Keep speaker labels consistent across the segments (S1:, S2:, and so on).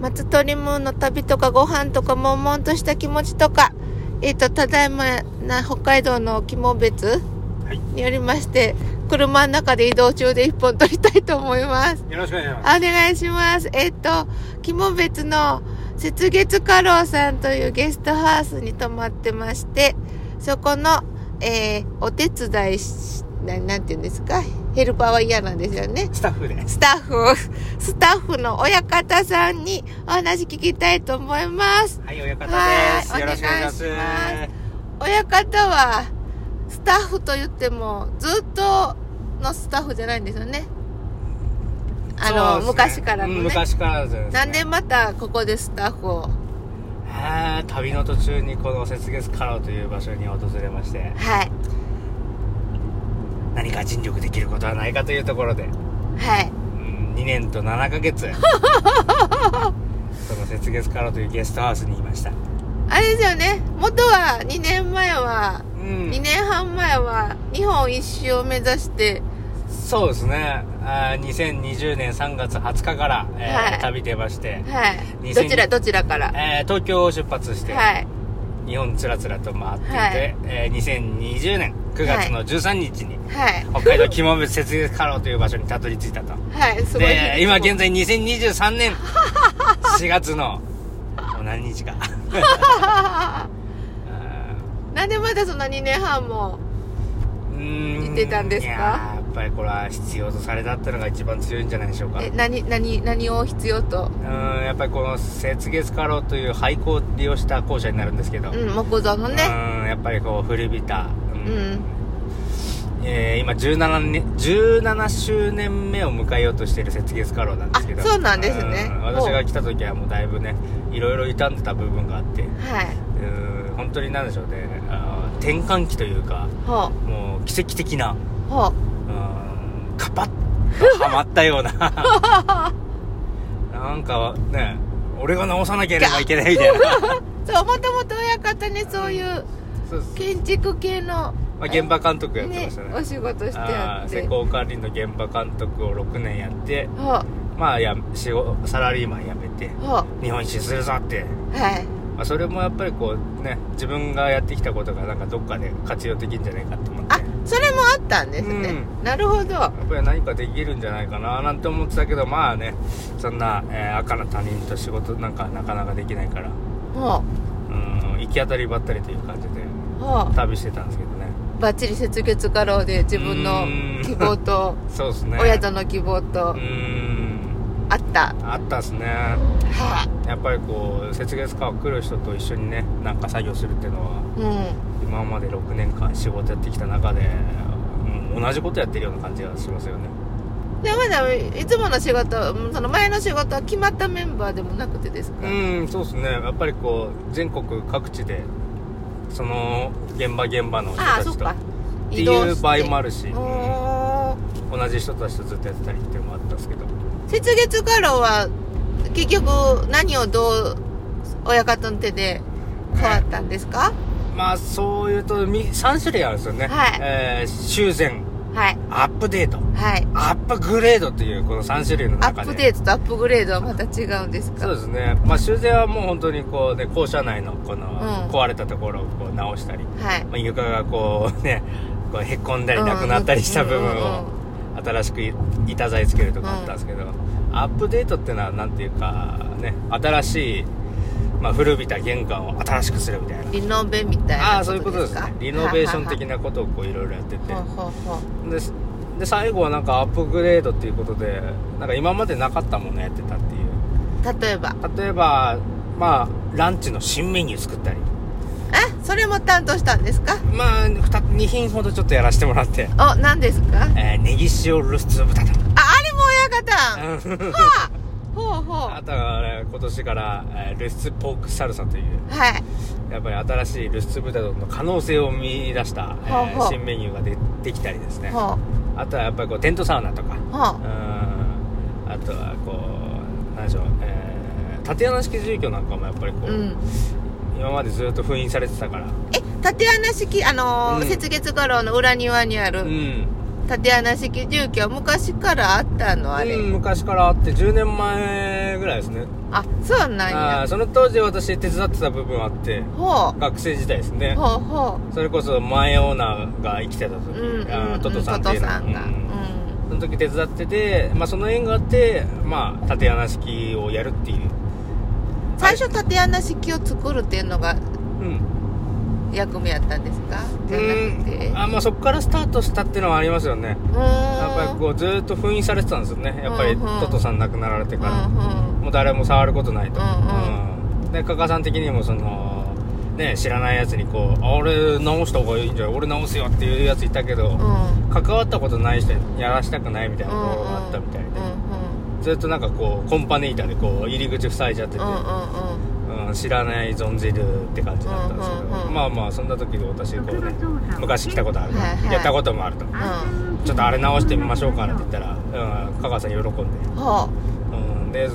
S1: 松鳥ムーンの旅とかご飯とか悶々とした気持ちとか、えっ、と、ただいまな北海道の肝別
S2: はい
S1: によりまして、車の中で移動中で一本撮りたいと思います。
S2: よろしくお願いします。
S1: お願いします。えっ、と、肝別の雪月花楼さんというゲストハウスに泊まってまして、そこの、えーお手伝いし、ななんていうんですか、ヘルパーは嫌なんですよね。
S2: スタッフで。
S1: スタッフを、スタッフの親方さんにお話聞きたいと思います。
S2: はい、親方
S1: はい
S2: です。よろしくお願いします。
S1: お願いし親方は、スタッフと言っても、ずっとのスタッフじゃないんですよね。あの、
S2: そうです
S1: 昔
S2: ね
S1: からの
S2: うん
S1: ね。
S2: 昔からですね。
S1: なんでまたここでスタッフを。
S2: あー旅の途中にこの雪月花楼という場所に訪れまして、
S1: はい。
S2: 何か尽力できることはないかというところで、
S1: はい。
S2: うん、2年と7ヶ月。 その雪月花楼というゲストハウスにいました。
S1: あれですよね。元は2年前は、
S2: うん
S1: 2年半前は日本一周を目指して、
S2: そうですね。あー2020年3月20日から、えー
S1: はい
S2: 旅出まして、
S1: はい。
S2: 2000
S1: どちらどちらから。は
S2: えー東京を出発して、
S1: い。
S2: 日本つらつらと回っていて、
S1: はい
S2: えー2020年9月の13日に、
S1: はい。
S2: 北海道肝別雪月花楼という場所にたどり着いたと。
S1: はい、すごい。
S2: で、今現 在2023年4月の、もう何日か。あ
S1: なんでまだそんな2年半も。
S2: ーうーん
S1: 行ってたんですか
S2: いやーやっぱりこれは必要とされたってのが一番強いんじゃないでしょうか。
S1: え、何、何、何を必要と。
S2: うーんやっぱりこの雪月花楼という廃校を利用した校舎になるんですけど、
S1: う、
S2: うん
S1: 木造のね。
S2: ーんやっぱりこう古びた、う
S1: うんん。
S2: えー今17年17周年目を迎えようとしている雪月花楼なんですけど
S1: あそうなんですね
S2: うん私が来た時はもうだいぶねいろいろ傷んでた部分があってう
S1: はい。
S2: ーん本当に何でしょうねあー転換期というか
S1: ほ
S2: もう奇跡的な
S1: う。ほう。
S2: うーんカパッとはまったよ うななんかね俺が直さなければいけないみたいな
S1: そう、もともと親方ね、そういう
S2: そうです
S1: 建築系の。
S2: まあ、現場監督やって
S1: ね
S2: ましたね、
S1: お仕事して
S2: あ
S1: あ
S2: ー
S1: って。
S2: 施
S1: ほう。
S2: 工管理の現場監督を6年やってまあや仕事サラリーマン辞めて
S1: ほう。
S2: 日本一周するぞって、
S1: はい。
S2: まあ、それもやっぱりこうね自分がやってきたことがなんかどっかで活用できるんじゃないかと思って
S1: あ
S2: や、
S1: それもあったんですね。
S2: う
S1: なるほど。
S2: っぱり何かできるんじゃないかななんて思ってたけどまあねそんな、えー赤の他人と仕事なんかなかなかできないから
S1: ほ
S2: うん行き当たりばったりという感じで
S1: う。ほう。
S2: 旅してたんですけどね
S1: ばっちり雪月画廊で自分の
S2: うん
S1: 希望と、
S2: そう ですね
S1: 親との希望と
S2: う、ん
S1: あった。
S2: あったっすね
S1: は
S2: やっぱりこう雪月花を来る人と一緒にねなんか作業するっていうのは
S1: あ。うん。
S2: 今まで6年間仕事やってきた中で、うん同じことやってるような感じがしますよね
S1: でまだいつもの仕事うんその前の仕事は決まったメンバーでもなくてですか、
S2: うんそうですねやっぱりこう全国各地でその現場現場の人
S1: ああ
S2: た
S1: そっ
S2: ちとっ
S1: か
S2: ていう場合もあ
S1: る
S2: るし、
S1: お
S2: うん
S1: ー
S2: 同じ人たちとずっとやってたりっていうのもあったんですけど
S1: 雪月花楼は結局何をどう親方の手で変わったんですか
S2: まあそういうと3種類あるんですよね、
S1: はい
S2: えー修繕
S1: はい
S2: アップデート
S1: はい
S2: アップグレードというこの3種類の
S1: ア
S2: 中
S1: ッ
S2: で
S1: プデートとアップグレードはまた違うんですか
S2: そうですね、まあ、修繕はもう本当にこうね校舎内のこの
S1: うん
S2: 壊れたところをこう直したり、
S1: はい
S2: まあ、床がこうね こうへこんだりなくなったりした部
S1: う
S2: 分
S1: ん
S2: を新しく板材つけるとかあったんですけど、アップデートってのはなんていうかね新しい、まあ、古びた玄関を新しくするみたいな。
S1: リノベみたいな
S2: ああーそういうことです
S1: か
S2: ねリノベーション的
S1: は
S2: なことをこういろいろやってて
S1: ははほうほうほう
S2: でで最後はなんかアップグレードっていうことでなんか今までなかったものやってたっていう
S1: 例えば
S2: 例えばまあランチの新メニュー作ったり
S1: えそれも担当したんですか
S2: まあ 2, 2品ほどちょっとやらせてもらって、
S1: お何ですか
S2: えー、ネギ塩ルスツ豚と
S1: ああれも親方
S2: うん
S1: はあ、ほうほう。
S2: あとはあれ今年から、えールスツポークサルサという
S1: はい。
S2: やっぱり新しいルスツ豚丼の可能性を見出した、えー
S1: ほうほう
S2: 新メニューがでできたりですね
S1: ほ
S2: あとはやっぱりこうテントサウナとか
S1: う。ほ
S2: う
S1: う。
S2: んあとはこう何でしょう、えー、縦穴式住居なんかもやっぱりこう、
S1: うん。
S2: 今までずっと封印されてたから
S1: え、縦穴式、あのー
S2: うん
S1: 雪月花楼の裏庭にあ
S2: う
S1: る
S2: ん
S1: 縦穴式住居は昔からあったのあれ、
S2: うん、昔からあって10年前ぐらいですね
S1: あそうなん
S2: あ
S1: や
S2: ーその当時私手伝ってた部分あって
S1: ほう
S2: 学生時代ですね
S1: ほうほ
S2: それこそ前オーナーが生きてた時、
S1: ううんうん
S2: あ
S1: う
S2: ー
S1: ん
S2: トトさんって
S1: ト
S2: いうの
S1: さんがう
S2: うん
S1: ん
S2: その時手伝ってて、まあ、その縁があって、まあ、縦穴式をやるっていう、
S1: 最初縦穴式を作るっていうのが
S2: うん
S1: 役目やったんですかじゃなくて
S2: うんあまあ、そこからスタートしたっていうのはありますよね
S1: うーん
S2: やっぱりこうずーっと封印されてたんですよねやっぱり
S1: うんうん
S2: トトさん亡くなられて
S1: う
S2: から、
S1: ん
S2: もう誰も触ることないと、
S1: うん
S2: うんで加賀さん的にもそのね知らないやつにこう「あ俺直した方がいいんじゃない俺直すよ」っていうやついたけど、
S1: うんうん
S2: 関わったことない人にやらしたくないみたいなことがあったみたいで、
S1: うんうん
S2: ずっとなんかこうコンパネーターでこう入り口塞いじゃってて、
S1: うんうんうん
S2: うん知らない存じるって感じだったんですけど、
S1: うんうんうん
S2: まあまあそんな時で私こうね昔
S3: 昔
S2: 来
S3: 来
S2: た
S3: た
S2: こ
S3: こと
S2: あ
S3: とあ
S2: る
S3: る
S2: か
S1: は
S2: ら、
S1: いはい
S2: やったこともあると、
S1: ん
S2: ち
S3: ち
S2: ょ
S3: ょ
S2: っ
S3: っ
S2: と
S3: と
S2: あ
S3: あ
S2: れ
S3: れ
S2: 直
S3: 直
S2: し
S3: してて
S2: み
S3: み
S2: ま
S3: ま
S2: し
S3: し
S2: ょ
S3: ょ
S2: う
S3: う
S2: か
S3: からら
S2: っ
S3: ってて
S2: 言
S3: 言
S2: っ
S3: ったた
S2: ら、
S3: ら
S2: うん、加賀さん喜んで、
S1: ほ
S2: うん、で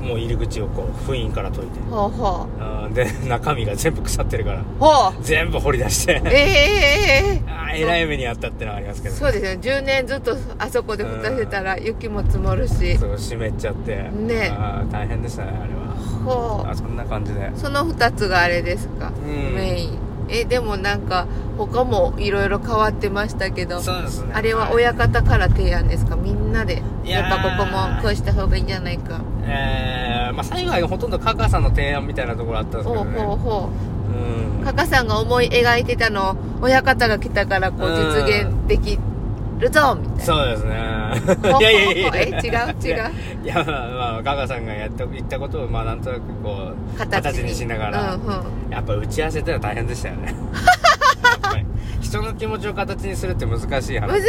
S2: もう入り口をこう封印から解いて
S1: う、ほうほ
S2: うん、で中身が全部腐ってるから
S1: う ほう
S2: 全部掘り出して
S1: ええ
S2: あーえらい目にあったってのはありますけどね
S1: そうですね10年ずっとあそこで蓋してたら雪も積もるし
S2: そう湿っちゃって
S1: ね
S2: あー大変でしたねあれは
S1: ほ
S2: あそんな感じで
S1: うその2つがあれですか、
S2: ん
S1: メインえでもなんか他もいろいろ変わってましたけど
S2: そうですね
S1: あれは親方から提案ですかみんなで
S2: いや
S1: やっ
S2: ー
S1: ぱここもこうした方がいいんじゃないか
S2: えー、まあ最後はほとんどカカさんの提案みたいなところあったんです
S1: ほ
S2: け
S1: う
S2: どね
S1: ほうほ
S2: うん
S1: う加賀さんが思い描いてたのを親方が来たからこう実現できるぞみたいな
S2: そうですね
S1: ほうほうほう
S2: いやいやいや
S1: え違う違う
S2: ういやまあガガさんがやって言ったことをまあなんとなくこう
S1: 形に
S2: しながら、
S1: うんうん
S2: やっぱ打ち合わせってのは大変でしたよ ねやっぱり人の気持ちを形にするって難しい話
S1: 難
S2: で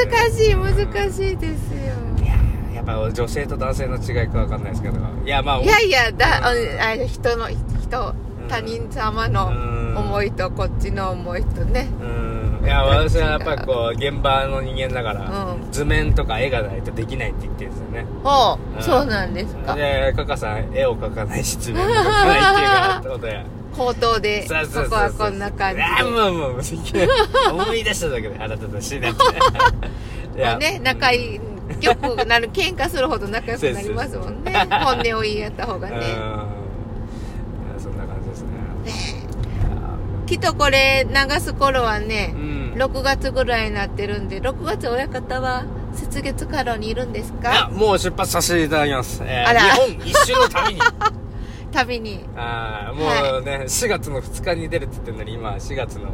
S1: しい難しいですよ
S2: いやーやっぱ女性と男性の違いかわかんないですけどいやまあ
S1: いやいやだあ
S2: うん
S1: あ人の人
S2: ん
S1: 他人様の
S2: うん
S1: 思いとこっちの思いとね
S2: うんいや私はやっぱりこう現場の人間だから、
S1: うん
S2: 図面とか絵がないとできないって言ってるんですよね
S1: ほ
S2: う
S1: うんそうなんですか
S2: でカカさん絵を描かないし図面も描かないっていうからってこと で
S1: 口頭でこ
S2: そうそうそうそう
S1: こはこんな感じ
S2: あー
S1: で
S2: もうもうもういきなり思い出しただけで腹立たしいなって い
S1: まあね仲いいよくなる喧嘩するほど仲良くなりますもん ね本音を言い合った方が
S2: う
S1: ね
S2: んいやそんな感じですね
S1: きっとこれ流す頃はね
S2: うん
S1: 6月ぐらいになってるんで6月親方は雪月花楼にいるんです
S2: あ
S1: か
S2: もう出発させていただきます、えー
S1: あら
S2: 日本一周の 旅に
S1: 旅に
S2: あーもうね、4月の2日に出るって言ってるのに今4月の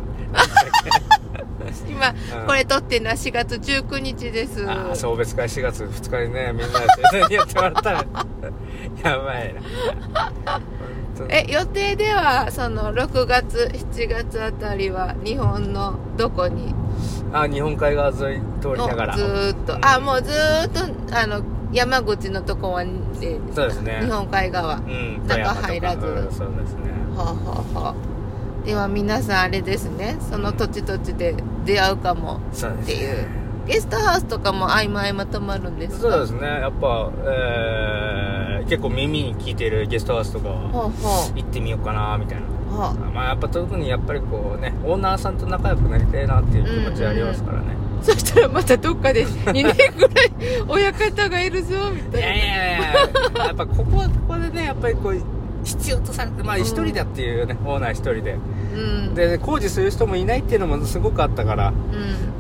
S1: 今これ撮ってるのは4月19日です
S2: ああ送別会4月2日にねみんなで盛大にやってもらったら やばいな本当に
S1: え予定ではその6月7月あたりは日本のどこに
S2: あ日本海側沿い通り
S1: の
S2: ながら
S1: ずーっとあもうずーっとあの山口のとこは、で
S2: そうですね
S1: 日本海側ほ
S2: うん
S1: 中
S2: 富山とか
S1: 入らず
S2: うんそうですね
S1: うほうほうでは皆さんあれですねその土地土地で出会うかも
S2: そうで
S1: っ
S2: す
S1: てい
S2: ね
S1: うゲストハウスとかも合間合間泊まるんです
S2: そうで
S1: か
S2: すねやっぱ、えー、結構耳に聞いてるゲストハウスとかは
S1: ほうほ
S2: 行ってみようかなみたいな
S1: うほう
S2: まあやっぱ特にやっぱりこうねオーナーさんと仲良くなりたいなっていう気持ちありますからね、
S1: そしたらまたどっかで2年ぐらい親方がいるぞみ
S2: い
S1: た
S2: や
S1: い
S2: い
S1: な
S2: やいややっぱここはここでねやっぱりこう必要とされてまあ
S1: うん
S2: 一人だっていうね、オーナー一人で
S1: うん
S2: で工事する人もいないっていうのもすごくあったから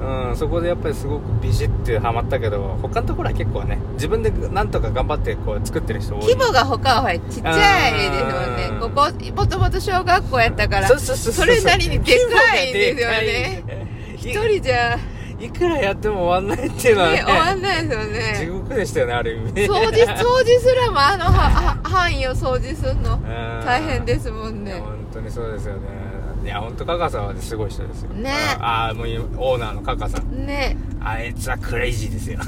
S1: うん
S2: うんそこでやっぱりすごくビシッてハマったけど他のところは結構ね自分でなんとか頑張ってこう作ってる人多い
S1: 規模が他はほらちっちゃいです
S2: う
S1: よね
S2: ん
S1: ここもともと小学校やったから
S2: そうそうそう
S1: それなりにでかいんですよね一
S2: 規模がでかい
S1: 人じゃ、ね、
S2: いいくらやっても終わんないっていうのはね
S1: 終わんないですよ
S2: 地
S1: ね
S2: 獄でしたよねある意味ね
S1: 掃除掃除すらもあのはは範囲を掃除するの
S2: うん
S1: 大変ですもん
S2: いや
S1: ね
S2: 本当にそうですよねいや本当カカさんはすごい人ですよ
S1: ね
S2: ああもう今オーナーのカカさん
S1: ね
S2: あいつはクレイジーですよ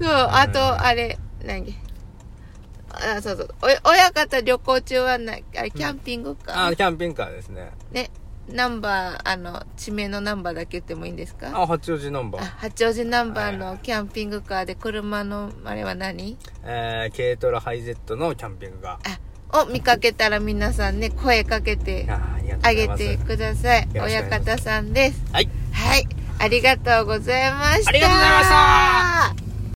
S1: そうあとあれ何あそうそうお親方旅行中はなあれキャンピング
S2: あ
S1: カ
S2: ー
S1: ー
S2: キャンピングカーですね
S1: ねナンバーあの地名のナンバーだけ言ってもいいんですか
S2: あ八王子ナンバ
S1: あ
S2: ー
S1: 八王子ナンバーのキャンピングカーで車のあれは何
S2: えー、軽トラハイゼットのキャンピングカ
S1: あを見かけたら皆さんね声かけて
S2: ーあーありがとうご
S1: あ
S2: ざい
S1: げて
S2: ます
S1: ください
S2: よろしくお願いし
S1: 親
S2: ます
S1: 方さんです
S2: はい
S1: はい
S4: ありがとうございました。
S1: ありがとうございました